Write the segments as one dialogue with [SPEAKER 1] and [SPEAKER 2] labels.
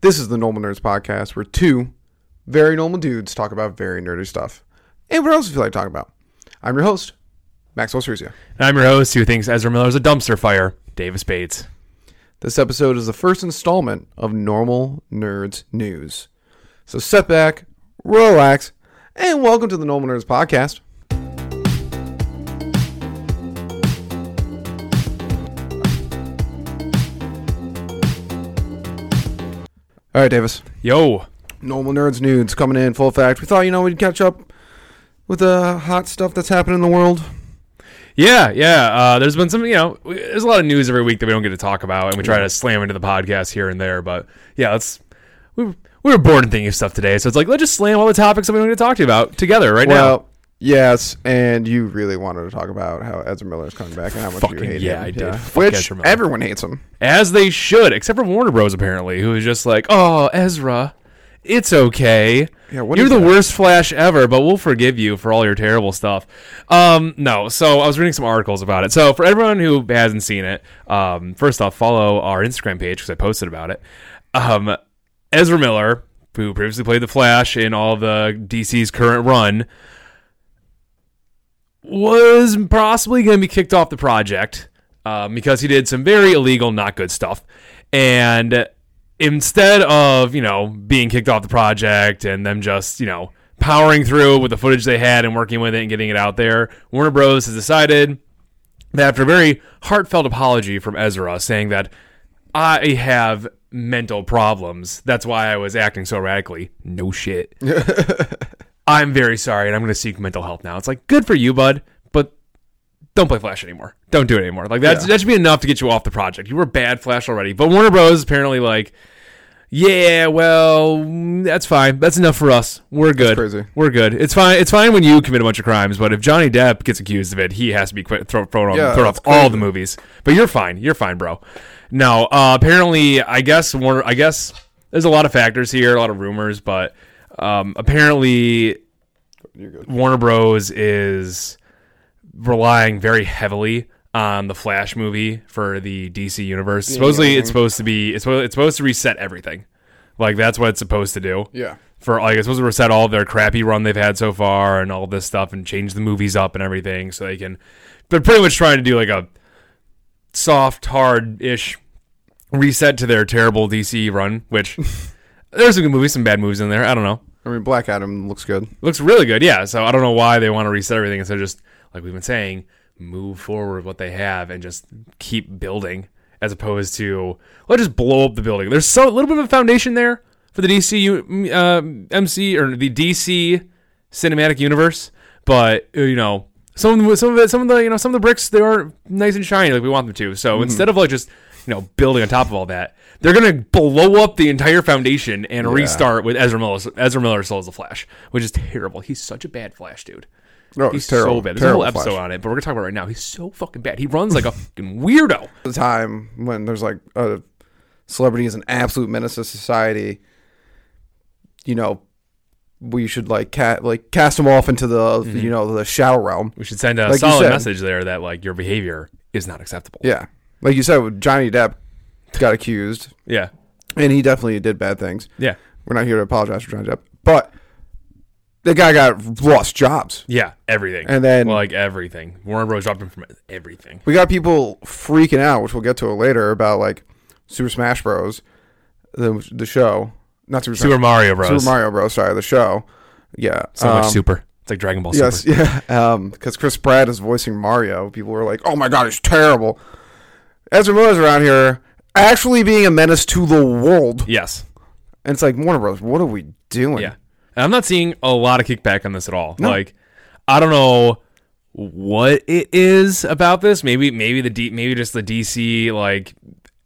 [SPEAKER 1] This is the Normal Nerds Podcast, where two very normal dudes talk about very nerdy stuff. And what else do you feel like talking about? I'm your host, Maxwell Ceruzia.
[SPEAKER 2] And I'm your host who thinks Ezra Miller is a dumpster fire, Davis Bates.
[SPEAKER 1] This episode is the first installment of Normal Nerds News. So sit back, relax, and welcome to the Normal Nerds Podcast. All right, Davis.
[SPEAKER 2] Yo,
[SPEAKER 1] Normal Nerds Nudes coming in full fact. We thought, you know, we'd catch up with the hot stuff that's happening in the world.
[SPEAKER 2] yeah, yeah. Uh, there's been some, you know, we- there's a lot of news every week that we don't get to talk about, and we try to slam into the podcast here and there. But yeah, let's we were- we were bored and thinking of stuff today, so it's like let's just slam all the topics that we don't get to talk to you about together right
[SPEAKER 1] Well, yes, and you really wanted to talk about how Ezra Miller is coming back and how much you
[SPEAKER 2] Fucking-
[SPEAKER 1] hate
[SPEAKER 2] yeah,
[SPEAKER 1] him.
[SPEAKER 2] I did. Fuck
[SPEAKER 1] Which
[SPEAKER 2] Ezra Miller.
[SPEAKER 1] everyone hates him.
[SPEAKER 2] now, as they should, except for Warner Bros. Apparently, who is just like, oh Ezra, it's okay.
[SPEAKER 1] Yeah, what
[SPEAKER 2] You're
[SPEAKER 1] is
[SPEAKER 2] the
[SPEAKER 1] that?
[SPEAKER 2] worst Flash ever, but we'll forgive you for all your terrible stuff. Um, no, so I was reading some articles about it. So for everyone who hasn't seen it, um, first off, follow our Instagram page because I posted about it. Um, Ezra Miller, who previously played the Flash in all the DC's current run, was possibly going to be kicked off the project um, because he did some very illegal, not good stuff. And instead of, you know, being kicked off the project and them just, you know, powering through with the footage they had and working with it and getting it out there, Warner Bros. has decided that after a very heartfelt apology from Ezra saying that I have mental problems, that's why I was acting so radically. No shit. I'm very sorry and I'm going to seek mental health now. It's like, good for you, bud, but don't play Flash anymore. Don't do it anymore. Like that's,
[SPEAKER 1] Yeah.
[SPEAKER 2] that should be enough to get you off the project. You were bad Flash already. But Warner Bros. apparently like, yeah, well, mm, that's fine. That's enough for us. We're good.
[SPEAKER 1] crazy.
[SPEAKER 2] We're good. It's fine. It's fine when you commit a bunch of crimes, but if Johnny Depp gets accused of it, he has to be quit, throw, thrown on,
[SPEAKER 1] Yeah,
[SPEAKER 2] thrown
[SPEAKER 1] that's
[SPEAKER 2] off all
[SPEAKER 1] crazy.
[SPEAKER 2] the movies. But you're fine. You're fine, bro. Now, uh, apparently, I guess Warner. I guess there's a lot of factors here, a lot of rumors, but um, apparently
[SPEAKER 1] You're good.
[SPEAKER 2] Warner Bros. is relying very heavily on the Flash movie for the DC universe. Supposedly, it's supposed to be it's supposed- it's supposed to reset everything. Like that's what it's supposed to do
[SPEAKER 1] Yeah.
[SPEAKER 2] for like it's supposed to reset all their crappy run they've had so far and all this stuff and change the movies up and everything so they can they're pretty much trying to do like a soft hard ish reset to their terrible DC run which there's some good movies some bad movies in there I don't know
[SPEAKER 1] I mean, Black Adam looks good.
[SPEAKER 2] it looks really good yeah so I don't know why they want to reset everything instead of just like we've been saying move forward with what they have and just keep building as opposed to let's just blow up the building there's so a little bit of a foundation there for the DC uh, MC or the DC cinematic universe. But uh, you know, some some of it, some of the you know some of the bricks they are nice and shiny like we want them to. So
[SPEAKER 1] Mm-hmm.
[SPEAKER 2] instead of like just you know building on top of all that, they're gonna blow up the entire foundation and restart with Ezra Miller. Ezra Miller still as the Flash, which is terrible. He's such a bad Flash, dude.
[SPEAKER 1] No,
[SPEAKER 2] He's
[SPEAKER 1] it's terrible.
[SPEAKER 2] so bad. There's
[SPEAKER 1] terrible
[SPEAKER 2] a whole episode
[SPEAKER 1] Flash.
[SPEAKER 2] on it, but we're gonna talk about it right now. He's so fucking bad. He runs like a fucking weirdo.
[SPEAKER 1] the time when there's like a celebrity is an absolute menace to society, you know, we should like cat like cast them off into the
[SPEAKER 2] Mm-hmm.
[SPEAKER 1] you know the shadow realm.
[SPEAKER 2] We should send a
[SPEAKER 1] Like you
[SPEAKER 2] solid
[SPEAKER 1] said.
[SPEAKER 2] message there that like your behavior is not acceptable.
[SPEAKER 1] Yeah, like you said, with Johnny Depp got accused,
[SPEAKER 2] Yeah.
[SPEAKER 1] and he definitely did bad things.
[SPEAKER 2] Yeah.
[SPEAKER 1] We're not here to apologize for Johnny Depp, but the guy got lost jobs.
[SPEAKER 2] Yeah, everything.
[SPEAKER 1] And then-
[SPEAKER 2] like everything. Warner Bros. dropped him from everything.
[SPEAKER 1] We got people freaking out, which we'll get to later about like Super Smash Bros. the the show, not Super Smash
[SPEAKER 2] Super Mario Bros.
[SPEAKER 1] Super Mario Bros. Sorry, the show. Yeah.
[SPEAKER 2] so much
[SPEAKER 1] um,
[SPEAKER 2] super. It's like Dragon Ball
[SPEAKER 1] Yes,
[SPEAKER 2] Super.
[SPEAKER 1] yeah. Um, because Chris Pratt is voicing Mario. People were like, "Oh my god, he's terrible." Ezra Miller's around here actually being a menace to the world,
[SPEAKER 2] Yes.
[SPEAKER 1] and it's like Warner Brothers. What are we doing?
[SPEAKER 2] Yeah. And I'm not seeing a lot of kickback on this at all. Like, I don't know what it is about this. Maybe, maybe the D, maybe just the DC like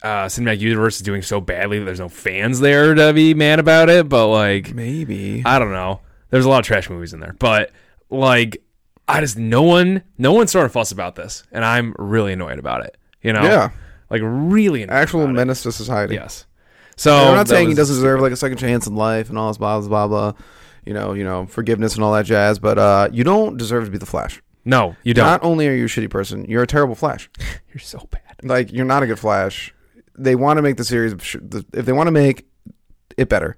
[SPEAKER 2] uh, cinematic universe is doing so badly that there's no fans there to be mad about it. But like,
[SPEAKER 1] Maybe.
[SPEAKER 2] I don't know. There's a lot of trash movies in there, but like, I just no one, no one's starting to fuss about this, and I'm really annoyed about it. You know,
[SPEAKER 1] Yeah.
[SPEAKER 2] like really annoyed
[SPEAKER 1] Actual
[SPEAKER 2] about it.
[SPEAKER 1] menace to society.
[SPEAKER 2] Yes. So
[SPEAKER 1] I'm not
[SPEAKER 2] that
[SPEAKER 1] saying he
[SPEAKER 2] was-
[SPEAKER 1] doesn't deserve like a second chance in life and all this blah blah blah blah. You know, you know, forgiveness and all that jazz. But uh, you don't deserve to be the Flash.
[SPEAKER 2] No, you don't.
[SPEAKER 1] Not only are you a shitty person, you're a terrible Flash.
[SPEAKER 2] You're so bad.
[SPEAKER 1] like you're not a good Flash. They want to make the series. If they want to make it better.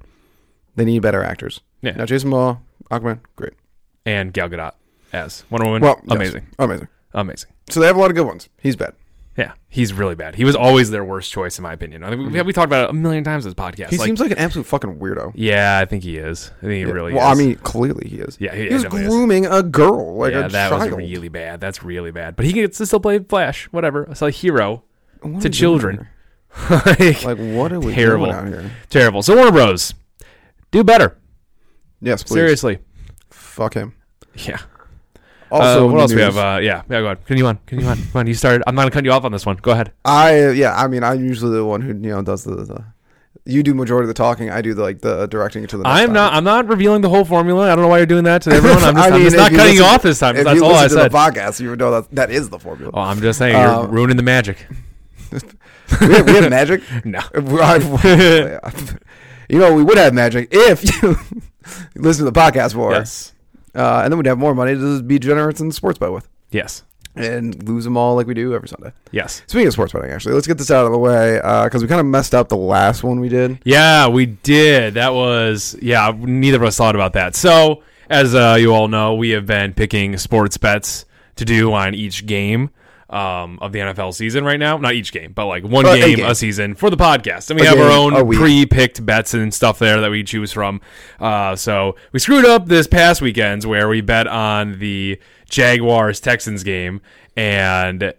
[SPEAKER 1] They need better actors.
[SPEAKER 2] Yeah.
[SPEAKER 1] Now Jason Momoa, Aquaman, great.
[SPEAKER 2] and Gal Gadot as Wonder Woman.
[SPEAKER 1] Well, yes.
[SPEAKER 2] amazing,
[SPEAKER 1] amazing.
[SPEAKER 2] amazing.
[SPEAKER 1] So they have a lot of good ones. He's bad.
[SPEAKER 2] Yeah, he's really bad. He was always their worst choice, in my opinion. I think we, we talked about it a million times this podcast.
[SPEAKER 1] He
[SPEAKER 2] Like,
[SPEAKER 1] seems like an absolute fucking weirdo.
[SPEAKER 2] yeah, I think he is. I think he really
[SPEAKER 1] well,
[SPEAKER 2] is.
[SPEAKER 1] I mean, clearly he is.
[SPEAKER 2] Yeah, he-
[SPEAKER 1] he was
[SPEAKER 2] definitely is.
[SPEAKER 1] grooming a girl like
[SPEAKER 2] yeah,
[SPEAKER 1] a
[SPEAKER 2] that
[SPEAKER 1] child.
[SPEAKER 2] was really bad. That's really bad. But he gets to still play Flash, whatever. So a hero
[SPEAKER 1] What are
[SPEAKER 2] to
[SPEAKER 1] we
[SPEAKER 2] children.
[SPEAKER 1] doing
[SPEAKER 2] Like,
[SPEAKER 1] here? Like, what are we
[SPEAKER 2] Terrible.
[SPEAKER 1] doing out here?
[SPEAKER 2] terrible. So Warner Bros. Do better.
[SPEAKER 1] Yes, please.
[SPEAKER 2] Seriously.
[SPEAKER 1] Fuck him.
[SPEAKER 2] Yeah.
[SPEAKER 1] Also, in
[SPEAKER 2] Uh, what
[SPEAKER 1] the
[SPEAKER 2] else we
[SPEAKER 1] news,
[SPEAKER 2] have? Uh, yeah, yeah. Go ahead. Continue on. Continue on. Come on. You started. I'm not gonna cut you off on this one. Go ahead.
[SPEAKER 1] I yeah, I mean, I'm usually the one who you know does the. the you do majority of the talking. I do the, like the directing to the. next
[SPEAKER 2] I'm not.
[SPEAKER 1] topic.
[SPEAKER 2] I'm not revealing the whole formula. I don't know why you're doing that to everyone. I'm just,
[SPEAKER 1] I
[SPEAKER 2] I'm
[SPEAKER 1] mean,
[SPEAKER 2] just
[SPEAKER 1] if
[SPEAKER 2] not
[SPEAKER 1] you
[SPEAKER 2] cutting you
[SPEAKER 1] listen-
[SPEAKER 2] off this time.
[SPEAKER 1] If
[SPEAKER 2] That's
[SPEAKER 1] you
[SPEAKER 2] all I
[SPEAKER 1] listen to
[SPEAKER 2] said.
[SPEAKER 1] the podcast, you would know that that is the formula.
[SPEAKER 2] Oh, I'm just saying you're
[SPEAKER 1] Uh,
[SPEAKER 2] ruining the magic.
[SPEAKER 1] we, have, we have magic.
[SPEAKER 2] No.
[SPEAKER 1] I- you know, we would have magic if you listen to the podcast more,
[SPEAKER 2] Yes.
[SPEAKER 1] uh, and then we'd have more money to just be generous in sports bet with,
[SPEAKER 2] Yes.
[SPEAKER 1] and lose them all like we do every Sunday.
[SPEAKER 2] Yes.
[SPEAKER 1] Speaking of sports betting, actually, let's get this out of the way because we kind of messed up the last one we did.
[SPEAKER 2] Yeah, we did. That was yeah. Neither of us thought about that. So, as uh, you all know, we have been picking sports bets to do on each game um, of the NFL season right now. Not each game, but like one
[SPEAKER 1] Uh, a
[SPEAKER 2] game,
[SPEAKER 1] game.
[SPEAKER 2] a season for the podcast, and we
[SPEAKER 1] A
[SPEAKER 2] have our
[SPEAKER 1] game, a
[SPEAKER 2] own
[SPEAKER 1] week.
[SPEAKER 2] pre-picked bets and stuff there that we choose from. Uh, so we screwed up this past weekend's where we bet on the Jaguars Texans game and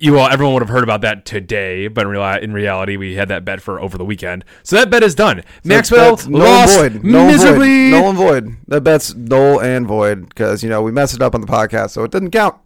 [SPEAKER 2] you all everyone would have heard about that today, but in, reali- in reality, we had that bet for over the weekend. So that bet is done. Maxwell
[SPEAKER 1] That's null
[SPEAKER 2] lost
[SPEAKER 1] and void. Null and
[SPEAKER 2] miserably.
[SPEAKER 1] void. Null and void. That bet's null and void because you know we messed it up on the podcast, so it didn't count.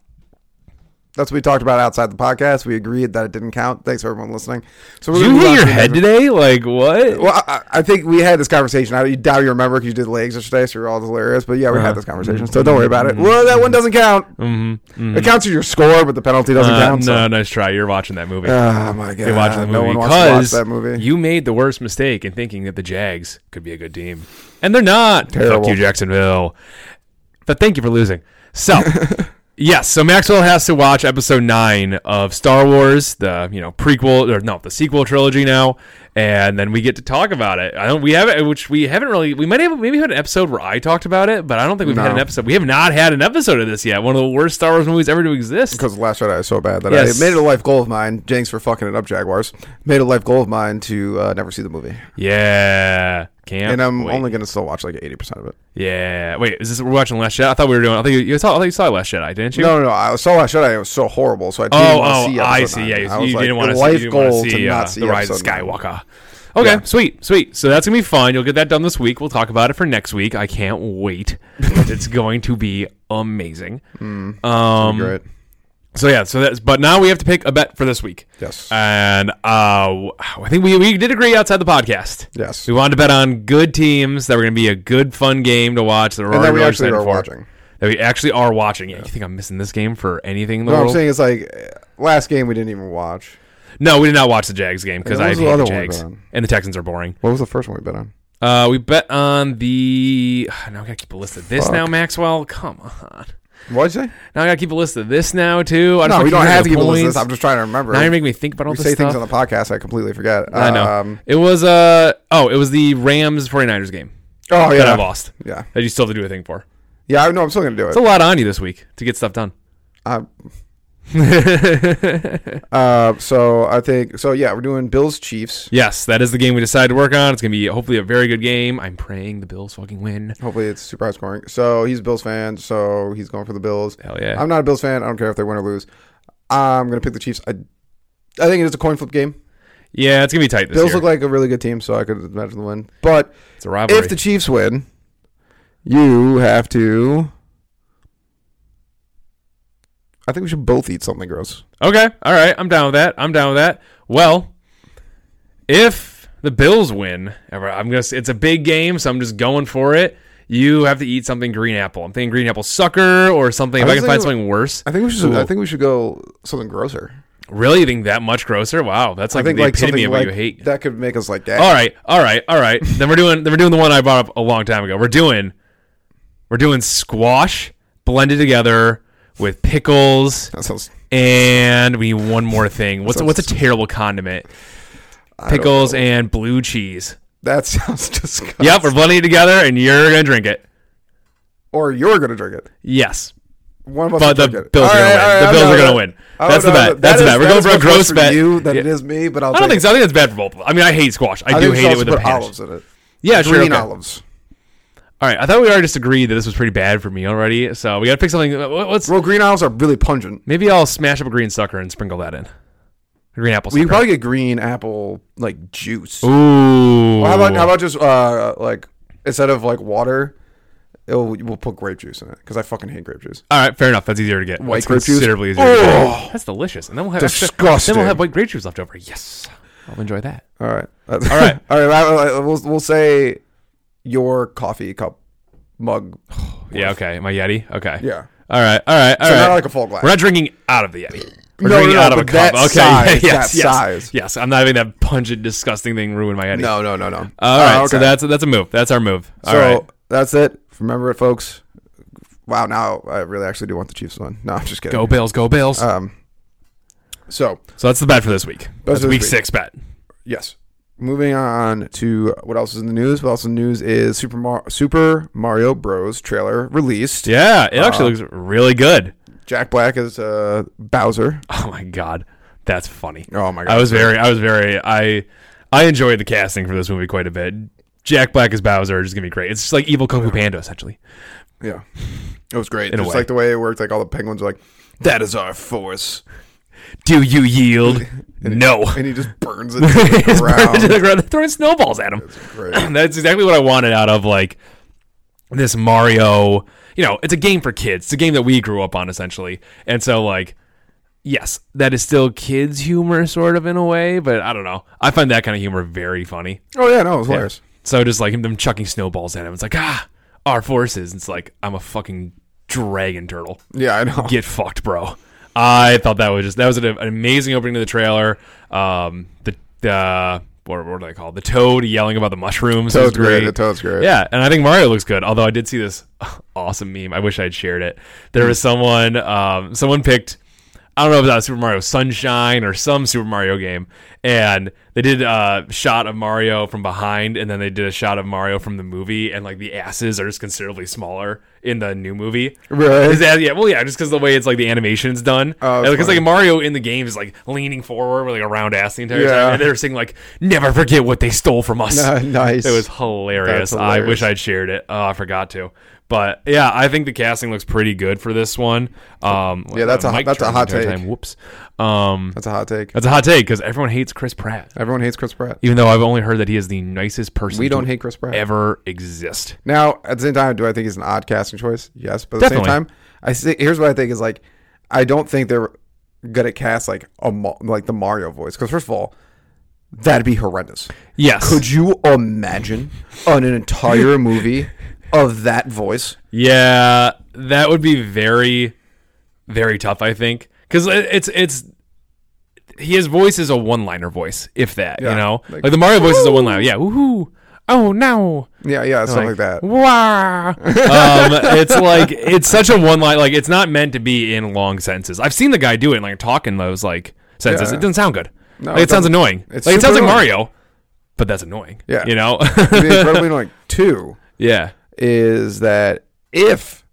[SPEAKER 1] That's what we talked about outside the podcast. We agreed that it didn't count. Thanks for everyone listening. So we're
[SPEAKER 2] Did
[SPEAKER 1] gonna
[SPEAKER 2] you
[SPEAKER 1] move
[SPEAKER 2] hit
[SPEAKER 1] on
[SPEAKER 2] your
[SPEAKER 1] to the next
[SPEAKER 2] head today? Like what?
[SPEAKER 1] Well, I, I think we had this conversation. I doubt you remember because you did legs yesterday, so you're all hilarious. But yeah, we
[SPEAKER 2] Uh-huh.
[SPEAKER 1] had this conversation, so don't worry about it. Well, that one doesn't count.
[SPEAKER 2] Mm-hmm.
[SPEAKER 1] It counts as your score, but the penalty doesn't
[SPEAKER 2] Uh,
[SPEAKER 1] count.
[SPEAKER 2] no, nice try. You're watching that movie.
[SPEAKER 1] So. Oh my god!
[SPEAKER 2] You're watching the movie
[SPEAKER 1] no one wants to watch
[SPEAKER 2] because
[SPEAKER 1] that movie.
[SPEAKER 2] you made the worst mistake in thinking that the Jags could be a good team, and they're not.
[SPEAKER 1] Terrible.
[SPEAKER 2] Fuck you, Jacksonville. But thank you for losing. So. Yes, so Maxwell has to watch episode nine of Star Wars, the you know prequel or no, the sequel trilogy now, and then we get to talk about it. I don't we haven't, which we haven't really. We might have maybe had an episode where I talked about it, but I don't think we've had
[SPEAKER 1] No.
[SPEAKER 2] an episode. We have not had an episode of this yet. One of the worst Star Wars movies ever to exist.
[SPEAKER 1] because Last Jedi is so bad that
[SPEAKER 2] Yes.
[SPEAKER 1] I made it a life goal of mine. Jenks for fucking it up, Jaguars. Made it a life goal of mine to uh, never see the movie,
[SPEAKER 2] Yeah, can't.
[SPEAKER 1] and I'm
[SPEAKER 2] wait.
[SPEAKER 1] only gonna still watch like eighty percent of it.
[SPEAKER 2] Yeah. Wait, is this we're watching Last Jedi? I thought we were doing. I thought you, you saw. I thought you saw Last Jedi, didn't you?
[SPEAKER 1] No, no, no. I saw Last Jedi. It was so horrible, so I didn't
[SPEAKER 2] Oh,
[SPEAKER 1] want to
[SPEAKER 2] oh,
[SPEAKER 1] see.
[SPEAKER 2] I
[SPEAKER 1] episode
[SPEAKER 2] see.
[SPEAKER 1] nine.
[SPEAKER 2] Yeah,
[SPEAKER 1] I
[SPEAKER 2] you,
[SPEAKER 1] was
[SPEAKER 2] you didn't
[SPEAKER 1] like,
[SPEAKER 2] want to
[SPEAKER 1] a
[SPEAKER 2] see.
[SPEAKER 1] life
[SPEAKER 2] you didn't wanna
[SPEAKER 1] goal
[SPEAKER 2] see,
[SPEAKER 1] to
[SPEAKER 2] uh,
[SPEAKER 1] not see
[SPEAKER 2] the Rise of
[SPEAKER 1] episode nine.
[SPEAKER 2] Skywalker. Okay,
[SPEAKER 1] Yeah.
[SPEAKER 2] sweet, sweet. So that's gonna be fun. You'll get that done this week. We'll talk about it for next week. I can't wait. it's going to be amazing.
[SPEAKER 1] Hmm.
[SPEAKER 2] um.
[SPEAKER 1] Great.
[SPEAKER 2] So yeah. So that's. But now we have to pick a bet for this week.
[SPEAKER 1] Yes.
[SPEAKER 2] And uh, I think we we did agree outside the podcast.
[SPEAKER 1] yes.
[SPEAKER 2] We wanted to bet on good teams that were going to be a good, fun game to watch. That we're
[SPEAKER 1] And
[SPEAKER 2] already
[SPEAKER 1] then we
[SPEAKER 2] really
[SPEAKER 1] actually
[SPEAKER 2] excited
[SPEAKER 1] are
[SPEAKER 2] for.
[SPEAKER 1] watching.
[SPEAKER 2] That we actually are watching. Yeah, you think I'm missing this game for anything in the
[SPEAKER 1] No, I'm
[SPEAKER 2] world?
[SPEAKER 1] saying it's like eh, last game we didn't even watch.
[SPEAKER 2] no, we did not watch the Jags game because
[SPEAKER 1] Yeah,
[SPEAKER 2] I
[SPEAKER 1] what was
[SPEAKER 2] hate
[SPEAKER 1] the
[SPEAKER 2] the
[SPEAKER 1] other one we
[SPEAKER 2] Jags.
[SPEAKER 1] bet on?
[SPEAKER 2] And the Texans are boring.
[SPEAKER 1] What was the first one we bet on?
[SPEAKER 2] Uh, we bet on the. Now I got to keep a list of this now, Maxwell. Come on.
[SPEAKER 1] What'd you say?
[SPEAKER 2] Now I got to keep a list of this now, too. I just
[SPEAKER 1] No,
[SPEAKER 2] wanna
[SPEAKER 1] we don't
[SPEAKER 2] track
[SPEAKER 1] have
[SPEAKER 2] of
[SPEAKER 1] to
[SPEAKER 2] the
[SPEAKER 1] keep a list of this.
[SPEAKER 2] points.
[SPEAKER 1] I'm just trying to remember.
[SPEAKER 2] now you're making me think about all
[SPEAKER 1] we
[SPEAKER 2] this
[SPEAKER 1] say
[SPEAKER 2] stuff.
[SPEAKER 1] things on the podcast. I completely forget.
[SPEAKER 2] I know.
[SPEAKER 1] Um,
[SPEAKER 2] it was, uh, oh, it was the Rams 49ers game
[SPEAKER 1] oh
[SPEAKER 2] that I
[SPEAKER 1] yeah,
[SPEAKER 2] lost
[SPEAKER 1] yeah,
[SPEAKER 2] that you still have to do a thing for.
[SPEAKER 1] yeah. I know. I'm still gonna do it.
[SPEAKER 2] It's a lot on you this week to get stuff done.
[SPEAKER 1] Um, uh, so I think so. Yeah, we're doing Bills Chiefs.
[SPEAKER 2] yes, that is the game we decided to work on. It's going to be hopefully a very good game. I'm praying the Bills fucking win.
[SPEAKER 1] Hopefully, it's super high scoring. So he's a Bills fan. So he's going for the Bills.
[SPEAKER 2] Hell yeah.
[SPEAKER 1] I'm not a Bills fan. I don't care if they win or lose. I'm gonna pick the Chiefs. I, I think it is a coin flip game.
[SPEAKER 2] yeah, it's going to be tight this
[SPEAKER 1] Bills
[SPEAKER 2] year.
[SPEAKER 1] look like a really good team, so I could imagine the win. But
[SPEAKER 2] it's a rivalry.
[SPEAKER 1] If the Chiefs win, you have to. I think we should both eat something gross.
[SPEAKER 2] Okay. All right. I'm down with that. I'm down with that. Well, if the Bills win, ever- I'm gonna. s- It's a big game, so I'm just going for it. You have to eat something green apple. I'm thinking green apple sucker or something. If
[SPEAKER 1] I
[SPEAKER 2] I
[SPEAKER 1] was
[SPEAKER 2] can find
[SPEAKER 1] thinking-
[SPEAKER 2] something worse,
[SPEAKER 1] I think we should.
[SPEAKER 2] Ooh.
[SPEAKER 1] I think we should go something grosser.
[SPEAKER 2] really you think that much grosser. Wow, that's like
[SPEAKER 1] I think
[SPEAKER 2] the
[SPEAKER 1] like
[SPEAKER 2] epitome
[SPEAKER 1] something
[SPEAKER 2] of what
[SPEAKER 1] like
[SPEAKER 2] you hate.
[SPEAKER 1] that could make us like that.
[SPEAKER 2] all right, all right, all right. then we're doing. Then we're doing the one I brought up a long time ago. We're doing. We're doing squash blended together with pickles,
[SPEAKER 1] That sounds
[SPEAKER 2] and we need one more thing. What's
[SPEAKER 1] sounds-
[SPEAKER 2] what's a terrible condiment?
[SPEAKER 1] I don't
[SPEAKER 2] pickles
[SPEAKER 1] know.
[SPEAKER 2] and blue cheese.
[SPEAKER 1] That sounds disgusting.
[SPEAKER 2] Yep, we're blending it together, and you're gonna drink it.
[SPEAKER 1] Or you're gonna drink it.
[SPEAKER 2] Yes,
[SPEAKER 1] One of us.
[SPEAKER 2] but
[SPEAKER 1] will
[SPEAKER 2] the
[SPEAKER 1] drink it.
[SPEAKER 2] Bills
[SPEAKER 1] All
[SPEAKER 2] are
[SPEAKER 1] right,
[SPEAKER 2] gonna
[SPEAKER 1] all right,
[SPEAKER 2] win. The
[SPEAKER 1] I'm
[SPEAKER 2] Bills
[SPEAKER 1] down
[SPEAKER 2] are gonna
[SPEAKER 1] with
[SPEAKER 2] win.
[SPEAKER 1] it. I'm
[SPEAKER 2] That's the
[SPEAKER 1] down with
[SPEAKER 2] bet.
[SPEAKER 1] it.
[SPEAKER 2] That's
[SPEAKER 1] That
[SPEAKER 2] the
[SPEAKER 1] is-
[SPEAKER 2] bet. We're
[SPEAKER 1] that
[SPEAKER 2] going
[SPEAKER 1] is
[SPEAKER 2] for a
[SPEAKER 1] much worse
[SPEAKER 2] gross bet.
[SPEAKER 1] You than it
[SPEAKER 2] Yeah.
[SPEAKER 1] is me, but I'll.
[SPEAKER 2] I don't
[SPEAKER 1] take
[SPEAKER 2] think so. I think it's bad for both. of us. I mean, I hate squash. I,
[SPEAKER 1] it. I
[SPEAKER 2] do
[SPEAKER 1] think we should
[SPEAKER 2] hate it
[SPEAKER 1] also
[SPEAKER 2] with a
[SPEAKER 1] put
[SPEAKER 2] passion.
[SPEAKER 1] olives in it.
[SPEAKER 2] Yeah, sure.
[SPEAKER 1] Green
[SPEAKER 2] okay.
[SPEAKER 1] olives.
[SPEAKER 2] All right. I thought we already disagreed that this was pretty bad for me already. So we gotta pick something. what- What's
[SPEAKER 1] Well, green olives are really pungent.
[SPEAKER 2] maybe I'll smash up a green sucker and sprinkle that in. A green apple
[SPEAKER 1] We
[SPEAKER 2] sucker.
[SPEAKER 1] could probably get green apple like juice.
[SPEAKER 2] Ooh.
[SPEAKER 1] Well, how about how about just uh like instead of like water, it'll, we'll put grape juice in it because I fucking hate grape juice.
[SPEAKER 2] All right, fair enough. That's easier to get.
[SPEAKER 1] White
[SPEAKER 2] That's
[SPEAKER 1] grape juice?
[SPEAKER 2] considerably easier. To
[SPEAKER 1] Oh.
[SPEAKER 2] get. That's delicious. And then we'll have extra-
[SPEAKER 1] Disgusting.
[SPEAKER 2] then we'll have white grape juice left over. Yes, I'll enjoy that.
[SPEAKER 1] All right, all
[SPEAKER 2] right.
[SPEAKER 1] all right. I- I- We'll we'll say your coffee cup mug.
[SPEAKER 2] Yeah. Okay. My Yeti. Okay.
[SPEAKER 1] Yeah,
[SPEAKER 2] All right. All right. All right.
[SPEAKER 1] so not like a full glass.
[SPEAKER 2] We're not drinking out of the Yeti. We're
[SPEAKER 1] No,
[SPEAKER 2] drinking
[SPEAKER 1] no, no,
[SPEAKER 2] out of a
[SPEAKER 1] but that
[SPEAKER 2] cup. Okay.
[SPEAKER 1] size,
[SPEAKER 2] yes.
[SPEAKER 1] that
[SPEAKER 2] yes.
[SPEAKER 1] size.
[SPEAKER 2] Yes. I'm not having that pungent, disgusting thing ruin my Yeti.
[SPEAKER 1] No, no, no, no.
[SPEAKER 2] All right.
[SPEAKER 1] Ah, okay.
[SPEAKER 2] So that's that's a move. That's our move. All
[SPEAKER 1] so
[SPEAKER 2] right.
[SPEAKER 1] that's it. Remember it, folks. Wow, now I really actually do want the Chiefs to win. No, I'm just kidding.
[SPEAKER 2] Go Bills. Go Bills.
[SPEAKER 1] Um, so
[SPEAKER 2] so that's the bet for this week. That's
[SPEAKER 1] for this
[SPEAKER 2] week
[SPEAKER 1] week.
[SPEAKER 2] six bet.
[SPEAKER 1] Yes. Moving on to what else is in the news? What else in the news is Super, Mar- Super Mario Bros. trailer released.
[SPEAKER 2] Yeah. It actually looks really good.
[SPEAKER 1] Jack Black is uh, Bowser.
[SPEAKER 2] Oh my god. That's funny.
[SPEAKER 1] Oh my god!
[SPEAKER 2] I was very, I was very, I, I enjoyed the casting for this movie quite a bit. Jack Black as Bowser is gonna be great. It's just like evil Kung Fu Panda essentially.
[SPEAKER 1] yeah, it was great.
[SPEAKER 2] In a
[SPEAKER 1] Just
[SPEAKER 2] way.
[SPEAKER 1] like the way it worked, like all the penguins were like, "That is our force,"
[SPEAKER 2] Do you yield? no.
[SPEAKER 1] and he just burns it to the
[SPEAKER 2] They just burn it to
[SPEAKER 1] ground.
[SPEAKER 2] the ground. They're throwing snowballs at him.
[SPEAKER 1] Great.
[SPEAKER 2] That's exactly what I wanted out of like this Mario. You know, it's a game for kids. It's a game that we grew up on essentially, and so like. Yes, that is still kids' humor, sort of in a way, but I don't know. I find that kind of humor very funny.
[SPEAKER 1] Oh yeah, no, it was hilarious.
[SPEAKER 2] So just like them chucking snowballs at him. It's like, ah, our forces. It's like, I'm a fucking dragon turtle.
[SPEAKER 1] Yeah, I know.
[SPEAKER 2] Get fucked, bro. I thought that was just that was an, an amazing opening to the trailer. Um, the the what, what do they call the toad yelling about the mushrooms? was
[SPEAKER 1] Toad's great. The toad's great.
[SPEAKER 2] Yeah, and I think Mario looks good. Although I did see this awesome meme. I wish I had shared it. There
[SPEAKER 1] Hmm.
[SPEAKER 2] was someone, um, someone picked. I don't know if that was Super Mario Sunshine or some Super Mario game, and they did a shot of Mario from behind, and then they did a shot of Mario from the movie, and like the asses are just considerably smaller in the new movie.
[SPEAKER 1] Really?
[SPEAKER 2] Is that- yeah, well, yeah, just because the way it's like the animation's done.
[SPEAKER 1] Oh, that's
[SPEAKER 2] Because
[SPEAKER 1] funny.
[SPEAKER 2] like Mario in the game is like leaning forward with like a round ass the entire
[SPEAKER 1] Yeah.
[SPEAKER 2] time, and they're saying like, "Never forget what they stole from us."
[SPEAKER 1] Uh, nice.
[SPEAKER 2] It was hilarious.
[SPEAKER 1] That's
[SPEAKER 2] I wish
[SPEAKER 1] hilarious.
[SPEAKER 2] I'd shared it. Oh, I forgot to. But yeah, I think the casting looks pretty good for this one. Um,
[SPEAKER 1] Yeah, that's a-
[SPEAKER 2] mic
[SPEAKER 1] that's a
[SPEAKER 2] turned
[SPEAKER 1] hot
[SPEAKER 2] the entire
[SPEAKER 1] take.
[SPEAKER 2] Time. Whoops. Um,
[SPEAKER 1] That's a hot take.
[SPEAKER 2] that's a hot take because everyone hates Chris Pratt,
[SPEAKER 1] Everyone hates Chris Pratt.
[SPEAKER 2] even though I've only heard that he is the nicest person
[SPEAKER 1] We don't
[SPEAKER 2] to
[SPEAKER 1] hate Chris Pratt.
[SPEAKER 2] ever exist.
[SPEAKER 1] Now, at the same time, do I think he's an odd casting choice? Yes, but at the same
[SPEAKER 2] Definitely.
[SPEAKER 1] time, I see, here's what I think is like, I don't think they're gonna cast like a Ma- like the Mario voice because first of all, that'd be horrendous.
[SPEAKER 2] Yes.
[SPEAKER 1] Could you imagine on an entire movie of that voice?
[SPEAKER 2] Yeah, that would be very, very tough. I think because it's it's his voice is a one liner voice, if that you
[SPEAKER 1] Yeah,
[SPEAKER 2] know, like,
[SPEAKER 1] like,
[SPEAKER 2] the Mario voice is a one liner. Yeah, woohoo! Oh no!
[SPEAKER 1] Yeah, yeah, something like, that.
[SPEAKER 2] Wah! um, it's like it's such a one line. Like it's not meant to be in long sentences. I've seen the guy do it, and, like talking those like sentences.
[SPEAKER 1] Yeah.
[SPEAKER 2] It doesn't sound good.
[SPEAKER 1] No,
[SPEAKER 2] Like, it,
[SPEAKER 1] it
[SPEAKER 2] sounds
[SPEAKER 1] doesn't.
[SPEAKER 2] annoying.
[SPEAKER 1] It's
[SPEAKER 2] like it
[SPEAKER 1] super
[SPEAKER 2] sounds like
[SPEAKER 1] annoying.
[SPEAKER 2] Mario, but that's annoying.
[SPEAKER 1] Yeah.
[SPEAKER 2] you know.
[SPEAKER 1] It'd be incredibly annoying. Two
[SPEAKER 2] yeah.
[SPEAKER 1] is that if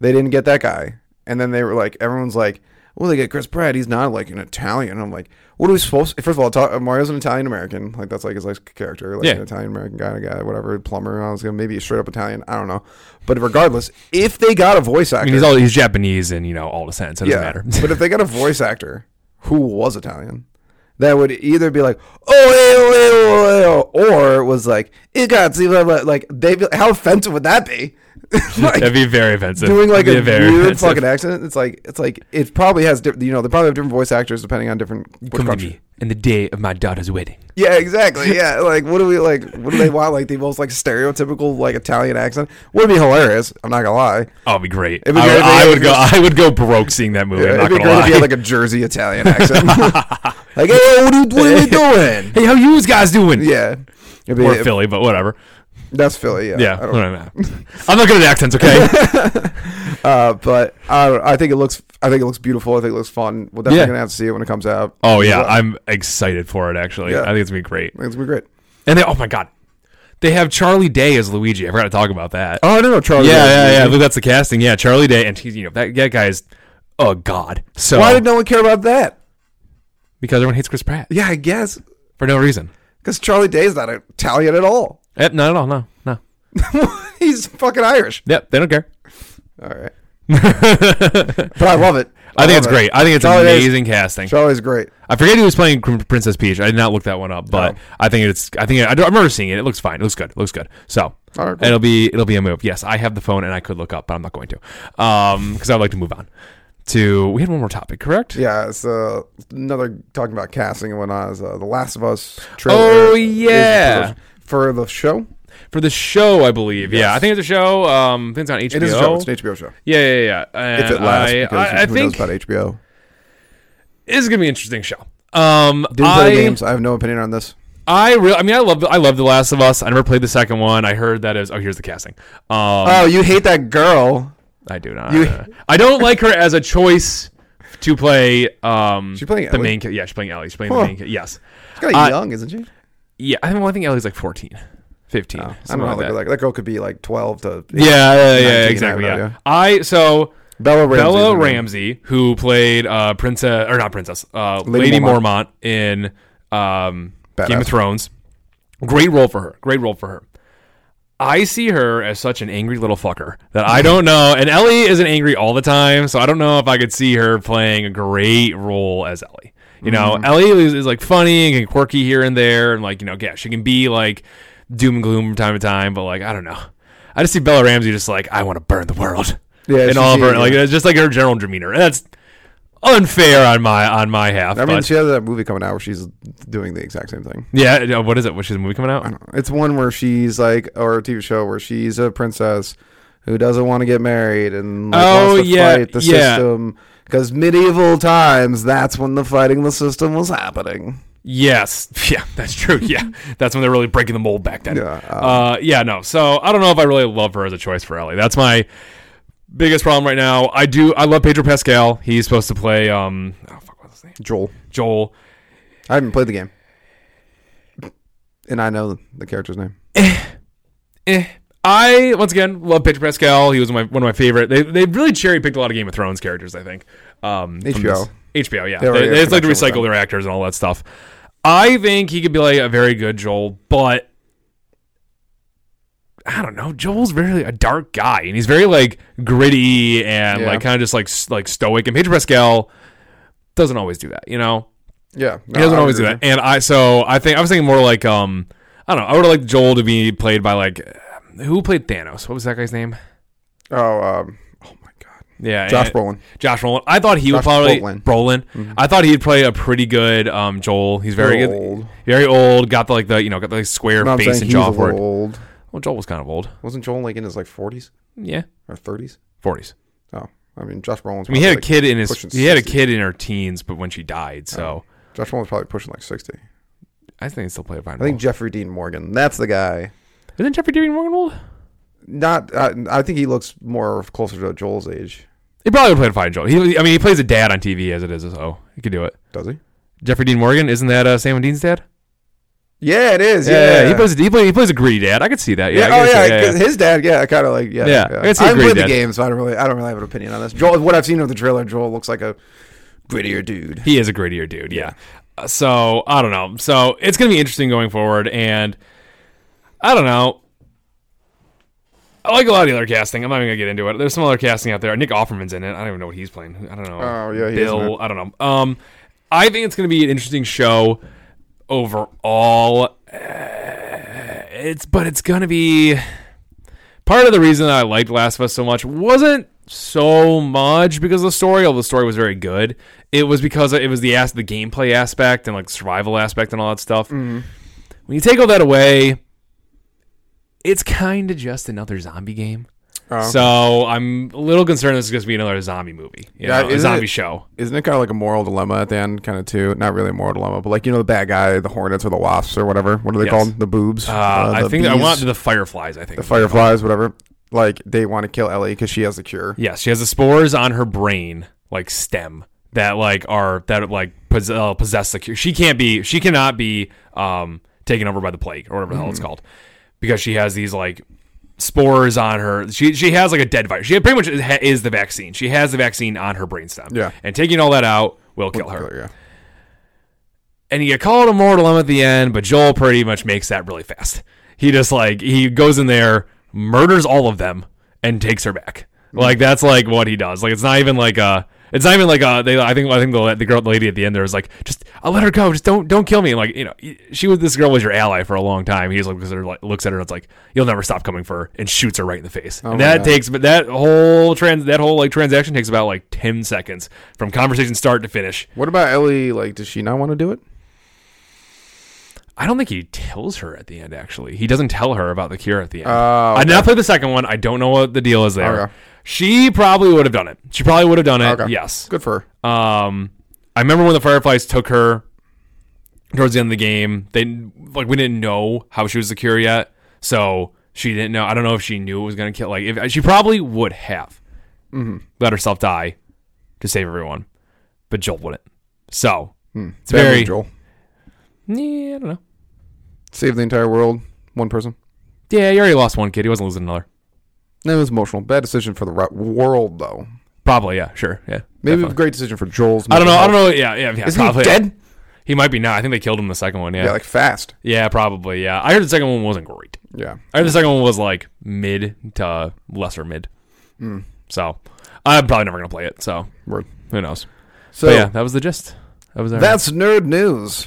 [SPEAKER 1] they didn't get that guy, and then they were like, everyone's like, well, they get Chris Pratt. He's not like an Italian. I'm like, what are we supposed? First of all, Ta- Mario's an Italian American. Like that's like his like character, like
[SPEAKER 2] Yeah.
[SPEAKER 1] an Italian American guy, guy, whatever, plumber. I was gonna maybe straight up Italian. I don't know. But regardless, if they got a voice
[SPEAKER 2] I
[SPEAKER 1] actor,
[SPEAKER 2] mean, he's all he's Japanese, and you know all the sense. It doesn't matter.
[SPEAKER 1] but if they got a voice actor who was Italian, that would either be like, eh, oh, ew, ew, ew," or was like, it got blah, blah," like they. How offensive would that be? like,
[SPEAKER 2] That'd be very offensive.
[SPEAKER 1] doing like
[SPEAKER 2] Be
[SPEAKER 1] a
[SPEAKER 2] very
[SPEAKER 1] weird
[SPEAKER 2] offensive.
[SPEAKER 1] fucking accent. It's like it's like it probably has different. You know, they probably have different voice actors depending on different which
[SPEAKER 2] Come
[SPEAKER 1] country.
[SPEAKER 2] to me in the day of my daughter's wedding.
[SPEAKER 1] Yeah, exactly. Yeah, like what do we like? What do they want? Like the most like stereotypical like Italian accent would be hilarious. I'm not gonna lie.
[SPEAKER 2] Oh, it'd be great.
[SPEAKER 1] be
[SPEAKER 2] I,
[SPEAKER 1] great
[SPEAKER 2] would-
[SPEAKER 1] if they
[SPEAKER 2] I
[SPEAKER 1] had
[SPEAKER 2] would go.
[SPEAKER 1] just-
[SPEAKER 2] I would go broke seeing that movie. I'm
[SPEAKER 1] It'd
[SPEAKER 2] not
[SPEAKER 1] be
[SPEAKER 2] gonna
[SPEAKER 1] great if
[SPEAKER 2] lie.
[SPEAKER 1] you had like a Jersey Italian accent. like, hey, what are, you- what are we doing?
[SPEAKER 2] hey, how you guys doing?
[SPEAKER 1] Yeah, It'd be-
[SPEAKER 2] Or Philly, but whatever.
[SPEAKER 1] That's Philly. Yeah.
[SPEAKER 2] Yeah,
[SPEAKER 1] I don't-
[SPEAKER 2] whatever. I'm not good at accents. Okay.
[SPEAKER 1] Uh, but I don't. I think it looks. I think it looks beautiful. I think it looks fun. We're definitely
[SPEAKER 2] Yeah.
[SPEAKER 1] gonna have to see it when it comes out.
[SPEAKER 2] Oh yeah,
[SPEAKER 1] Well,
[SPEAKER 2] I'm excited for it. Actually,
[SPEAKER 1] Yeah.
[SPEAKER 2] I think it's gonna be great.
[SPEAKER 1] I think it's gonna be great.
[SPEAKER 2] And then, oh my god, They have Charlie Day as Luigi. I forgot to talk about that.
[SPEAKER 1] Oh, I don't know Charlie.
[SPEAKER 2] yeah, yeah, yeah. I
[SPEAKER 1] Luigi.
[SPEAKER 2] believe that's the casting. Yeah, Charlie Day, and he's you know that, that guy is a god. So
[SPEAKER 1] Why did no one care about that?
[SPEAKER 2] because everyone hates Chris Pratt
[SPEAKER 1] Yeah, I guess
[SPEAKER 2] for no reason.
[SPEAKER 1] because Charlie Day's not Italian at all.
[SPEAKER 2] Yep, not at all. No, no.
[SPEAKER 1] He's fucking Irish.
[SPEAKER 2] Yep, they don't care.
[SPEAKER 1] All right, but I love it.
[SPEAKER 2] I think
[SPEAKER 1] love
[SPEAKER 2] it's
[SPEAKER 1] it.
[SPEAKER 2] great. I think it's
[SPEAKER 1] Charlie Day's-
[SPEAKER 2] amazing casting.
[SPEAKER 1] Charlie's great.
[SPEAKER 2] I forget who was playing Cr- Princess Peach. I did not look that one up, but I think it's. I think I, don't- I remember seeing it. It looks fine. It looks good. It looks good. So
[SPEAKER 1] All right, cool.
[SPEAKER 2] it'll be it'll be a move. Yes, I have the phone and I could look up, but I'm not going to, um, because I'd like to move on to. We had one more topic, correct?
[SPEAKER 1] Yeah, it's uh, another talking about casting and whatnot. Is, uh, the Last of Us trailer.
[SPEAKER 2] Oh,
[SPEAKER 1] is-
[SPEAKER 2] yeah.
[SPEAKER 1] for the show.
[SPEAKER 2] For the show, I believe. Yeah,
[SPEAKER 1] Yes.
[SPEAKER 2] I think it's a show. Um, I think it's on HBO.
[SPEAKER 1] It is a show. It's an HBO show.
[SPEAKER 2] Yeah, yeah, yeah. And
[SPEAKER 1] If it lasts,
[SPEAKER 2] I,
[SPEAKER 1] because
[SPEAKER 2] I, I
[SPEAKER 1] who
[SPEAKER 2] think
[SPEAKER 1] knows about HBO?
[SPEAKER 2] it's gonna be an interesting show. Um,
[SPEAKER 1] Didn't
[SPEAKER 2] I,
[SPEAKER 1] play the games. I have no opinion on this.
[SPEAKER 2] I really, I mean, I love, I love The Last of Us. I never played the second one. I heard that is, oh, here's the casting. Um,
[SPEAKER 1] Oh, you hate that girl.
[SPEAKER 2] I do not. Uh,
[SPEAKER 1] You-
[SPEAKER 2] I don't like her as a choice to play. Um,
[SPEAKER 1] She playing
[SPEAKER 2] the
[SPEAKER 1] Ellie?
[SPEAKER 2] main. ca- Yeah, she's playing Ellie. She's playing
[SPEAKER 1] Huh.
[SPEAKER 2] the main. ca- Yes.
[SPEAKER 1] Kind of
[SPEAKER 2] I-
[SPEAKER 1] young, isn't she?
[SPEAKER 2] Yeah, I think, well, I think Ellie's like 14, 15.
[SPEAKER 1] I don't
[SPEAKER 2] something
[SPEAKER 1] know.
[SPEAKER 2] like
[SPEAKER 1] Oh, Like,
[SPEAKER 2] that.
[SPEAKER 1] like, that girl could be like twelve to.
[SPEAKER 2] yeah, yeah, yeah,
[SPEAKER 1] 19, I
[SPEAKER 2] exactly.
[SPEAKER 1] don't
[SPEAKER 2] Yeah.
[SPEAKER 1] know,
[SPEAKER 2] I so
[SPEAKER 1] Bella Ramsey.
[SPEAKER 2] Bella Ramsey, who played uh, Princess or not Princess, uh, Lady,
[SPEAKER 1] Lady
[SPEAKER 2] Mormont. in um, Game
[SPEAKER 1] Badass.
[SPEAKER 2] of Thrones. Great role for her. Great role for her. I see her as such an angry little fucker that I don't know. And Ellie isn't angry all the time, so I don't know if I could see her playing a great role as Ellie. You know,
[SPEAKER 1] Mm-hmm.
[SPEAKER 2] Ellie is, is like funny and quirky here and there, and like you know, yeah, she can be like doom and gloom from time to time, but like I don't know. I just see Bella Ramsey just like I want to burn the world.
[SPEAKER 1] Yeah,
[SPEAKER 2] and
[SPEAKER 1] she-
[SPEAKER 2] all of her
[SPEAKER 1] yeah.
[SPEAKER 2] like it's just like her general demeanor. And that's unfair on my on my half.
[SPEAKER 1] I mean,
[SPEAKER 2] but-
[SPEAKER 1] she has that movie coming out where she's doing the exact same thing.
[SPEAKER 2] yeah, yeah, what is it? What's the movie coming out?
[SPEAKER 1] It's one where she's like, or a TV show where she's a princess who doesn't want to get married and like,
[SPEAKER 2] Oh,
[SPEAKER 1] wants to
[SPEAKER 2] yeah,
[SPEAKER 1] fight the
[SPEAKER 2] yeah.
[SPEAKER 1] system. Because medieval times, that's when the fighting the system was happening.
[SPEAKER 2] Yes, yeah, that's true. Yeah, that's when they're really breaking the mold back then.
[SPEAKER 1] Yeah, um,
[SPEAKER 2] uh, yeah, no. So I don't know if I really love her as a choice for Ellie. That's my biggest problem right now. I do. I love Pedro Pascal. He's supposed to play um, oh fuck, what's his name?
[SPEAKER 1] Joel.
[SPEAKER 2] Joel.
[SPEAKER 1] I haven't played the game. And I know the character's name.
[SPEAKER 2] eh. I once again love Pedro Pascal. He was my, one of my favorite. They they really cherry picked a lot of Game of Thrones characters. I think. Um, from
[SPEAKER 1] HBO.
[SPEAKER 2] this- HBO. Yeah,
[SPEAKER 1] They
[SPEAKER 2] they,
[SPEAKER 1] already
[SPEAKER 2] they
[SPEAKER 1] have
[SPEAKER 2] just like to
[SPEAKER 1] connection with
[SPEAKER 2] recycle
[SPEAKER 1] them.
[SPEAKER 2] their actors and all that stuff. I think he could be like a very good Joel, but I don't know. Joel's very a dark guy, and he's very like gritty and
[SPEAKER 1] Yeah.
[SPEAKER 2] like kind of just like s- like stoic. And Pedro Pascal doesn't always do that, you know.
[SPEAKER 1] Yeah.
[SPEAKER 2] He doesn't always do that. And I so I think I was thinking more like um I don't know. I would have liked Joel to be played by like who played Thanos? What was that guy's name?
[SPEAKER 1] Oh, um, oh my God.
[SPEAKER 2] Yeah,
[SPEAKER 1] Josh
[SPEAKER 2] and-
[SPEAKER 1] Brolin.
[SPEAKER 2] Josh Brolin. I thought he would
[SPEAKER 1] Josh
[SPEAKER 2] probably Brolin.
[SPEAKER 1] Brolin.
[SPEAKER 2] I thought he'd play a pretty good um Joel. He's very
[SPEAKER 1] Little
[SPEAKER 2] good,
[SPEAKER 1] old.
[SPEAKER 2] very old. Got the like the you know got the like, square
[SPEAKER 1] No, I'm
[SPEAKER 2] face
[SPEAKER 1] saying
[SPEAKER 2] and
[SPEAKER 1] he's a
[SPEAKER 2] jaw for
[SPEAKER 1] little
[SPEAKER 2] it.
[SPEAKER 1] old.
[SPEAKER 2] Well, Joel was kind of old.
[SPEAKER 1] Wasn't Joel like in his like 40s
[SPEAKER 2] Yeah,
[SPEAKER 1] or 30s?
[SPEAKER 2] forties.
[SPEAKER 1] Oh, I mean, Josh Brolin's.
[SPEAKER 2] I mean, he had a
[SPEAKER 1] probably,
[SPEAKER 2] kid in his.
[SPEAKER 1] pushing Oh.
[SPEAKER 2] He had a
[SPEAKER 1] 60.
[SPEAKER 2] kid in her teens, but when she died, so
[SPEAKER 1] like- Josh Brolin's probably pushing like 60.
[SPEAKER 2] I think he still played a fine
[SPEAKER 1] I think Jeffrey Dean Morgan. That's the guy.
[SPEAKER 2] role. Isn't Jeffrey Dean Morgan old?
[SPEAKER 1] Not. I, I think he looks more closer to Joel's age.
[SPEAKER 2] He probably would play a fine Joel. He, I mean, he plays a dad on TV as it is, so he could do it.
[SPEAKER 1] Does he?
[SPEAKER 2] Jeffrey Dean Morgan, isn't that uh, Sam and Dean's dad?
[SPEAKER 1] Yeah, it is. Yeah,
[SPEAKER 2] he plays. He plays, he plays a greedy dad. I could see that.
[SPEAKER 1] Yeah,
[SPEAKER 2] Yeah, I
[SPEAKER 1] oh
[SPEAKER 2] could see
[SPEAKER 1] yeah,
[SPEAKER 2] that,
[SPEAKER 1] 'cause his dad. Yeah, I kind of like yeah.
[SPEAKER 2] Yeah, I can see
[SPEAKER 1] I
[SPEAKER 2] a
[SPEAKER 1] haven't
[SPEAKER 2] great
[SPEAKER 1] played the
[SPEAKER 2] dad.
[SPEAKER 1] game, so I don't really, I don't really have an opinion on this. Joel, what I've seen of the trailer, Joel looks like a grittier dude.
[SPEAKER 2] He is a grittier dude. Yeah. Uh, So I don't know. So it's gonna be interesting going forward, and I don't know. I like a lot of the other casting. I'm not even gonna get into it. There's some other casting out there. Nick Offerman's in it. I don't even know what he's playing. I don't know.
[SPEAKER 1] Oh, yeah, he is in
[SPEAKER 2] Bill. I don't know. Um, I think it's gonna be an interesting show overall. Uh, it's but it's gonna be part of the reason I liked Last of Us so much wasn't so much because of the story, although the story was very good. It was because it was the as- the gameplay aspect and like survival aspect and all that stuff.
[SPEAKER 1] Mm-hmm.
[SPEAKER 2] When you take all that away, it's kind of just another zombie game.
[SPEAKER 1] Oh.
[SPEAKER 2] So I'm a little concerned this is going to be another zombie movie, you
[SPEAKER 1] Yeah,
[SPEAKER 2] know, a
[SPEAKER 1] isn't
[SPEAKER 2] zombie
[SPEAKER 1] it-
[SPEAKER 2] show.
[SPEAKER 1] Isn't it kind of like a moral dilemma at the end, kind of too? Not really a moral dilemma, but like you know the bad guy, the hornets or the wasps or whatever. What are they
[SPEAKER 2] Yes.
[SPEAKER 1] called? The boobs.
[SPEAKER 2] Uh, I
[SPEAKER 1] the
[SPEAKER 2] think I
[SPEAKER 1] bees,
[SPEAKER 2] want the fireflies. I think
[SPEAKER 1] the fireflies, whatever. Like they want to kill Ellie because she has the cure.
[SPEAKER 2] Yes, she has the spores on her brain, like stem, that like are that like pos- uh, possess the cure. She can't be, she cannot be um, taken over by the plague or whatever the hell it's called. because she has these like spores on her. She she has like a dead virus. She pretty much is- is the vaccine. She has the vaccine on her brainstem.
[SPEAKER 1] Yeah.
[SPEAKER 2] and taking all that out will kill her.
[SPEAKER 1] Yeah.
[SPEAKER 2] and you get called a mortal M at the end, but Joel pretty much makes that really fast. He just like he goes in there, murders all of them, and takes her back. Like that's like what he does. Like it's not even like a. It's not even like uh they I think I think the, the girl the lady at the end there was like just I'll let her go just don't don't kill me and like you know she was this girl was your ally for a long time he just looks at her like looks at her and it's like you'll never stop coming for her and shoots her right in the face and
[SPEAKER 1] Oh my
[SPEAKER 2] that
[SPEAKER 1] God.
[SPEAKER 2] takes but that whole trans that whole like transaction takes about like ten seconds from conversation start to finish
[SPEAKER 1] What about Ellie? Like, does she not want to do it?
[SPEAKER 2] I don't think he tells her at the end. Actually, he doesn't tell her about the cure at the end.
[SPEAKER 1] Oh,
[SPEAKER 2] I did not play the second one. I don't know what the deal is there.
[SPEAKER 1] Okay.
[SPEAKER 2] She probably would have done it. She probably would have done it.
[SPEAKER 1] Okay.
[SPEAKER 2] Yes.
[SPEAKER 1] Good for her.
[SPEAKER 2] Um, I remember when the Fireflies took her towards the end of the game. They like we didn't know how she was the cure yet, so she didn't know. I don't know if she knew it was gonna kill. Like if she probably would have
[SPEAKER 1] Mm-hmm.
[SPEAKER 2] let herself die to save everyone, but Joel wouldn't. So it's
[SPEAKER 1] Bad move,
[SPEAKER 2] very
[SPEAKER 1] Joel.
[SPEAKER 2] yeah. I don't know.
[SPEAKER 1] Save the entire world. One person.
[SPEAKER 2] Yeah, you already lost one kid. He wasn't losing another.
[SPEAKER 1] That was emotional. Bad decision for the ru- world, though.
[SPEAKER 2] Probably, yeah, sure, yeah.
[SPEAKER 1] Maybe
[SPEAKER 2] definitely.
[SPEAKER 1] a great decision for Joel's.
[SPEAKER 2] I don't know. I don't know. Yeah, yeah, yeah.
[SPEAKER 1] Is
[SPEAKER 2] probably.
[SPEAKER 1] he dead?
[SPEAKER 2] He might be now. I think they killed him in the second one. Yeah,
[SPEAKER 1] Yeah.
[SPEAKER 2] yeah,
[SPEAKER 1] like fast.
[SPEAKER 2] probably. Yeah, I heard the second one wasn't great.
[SPEAKER 1] Yeah.
[SPEAKER 2] I heard the second one was like mid to lesser mid.
[SPEAKER 1] Hmm.
[SPEAKER 2] So I'm probably never gonna play it. So
[SPEAKER 1] Word.
[SPEAKER 2] who knows?
[SPEAKER 1] So
[SPEAKER 2] but yeah, that was the gist. That was our,
[SPEAKER 1] that's nerd news.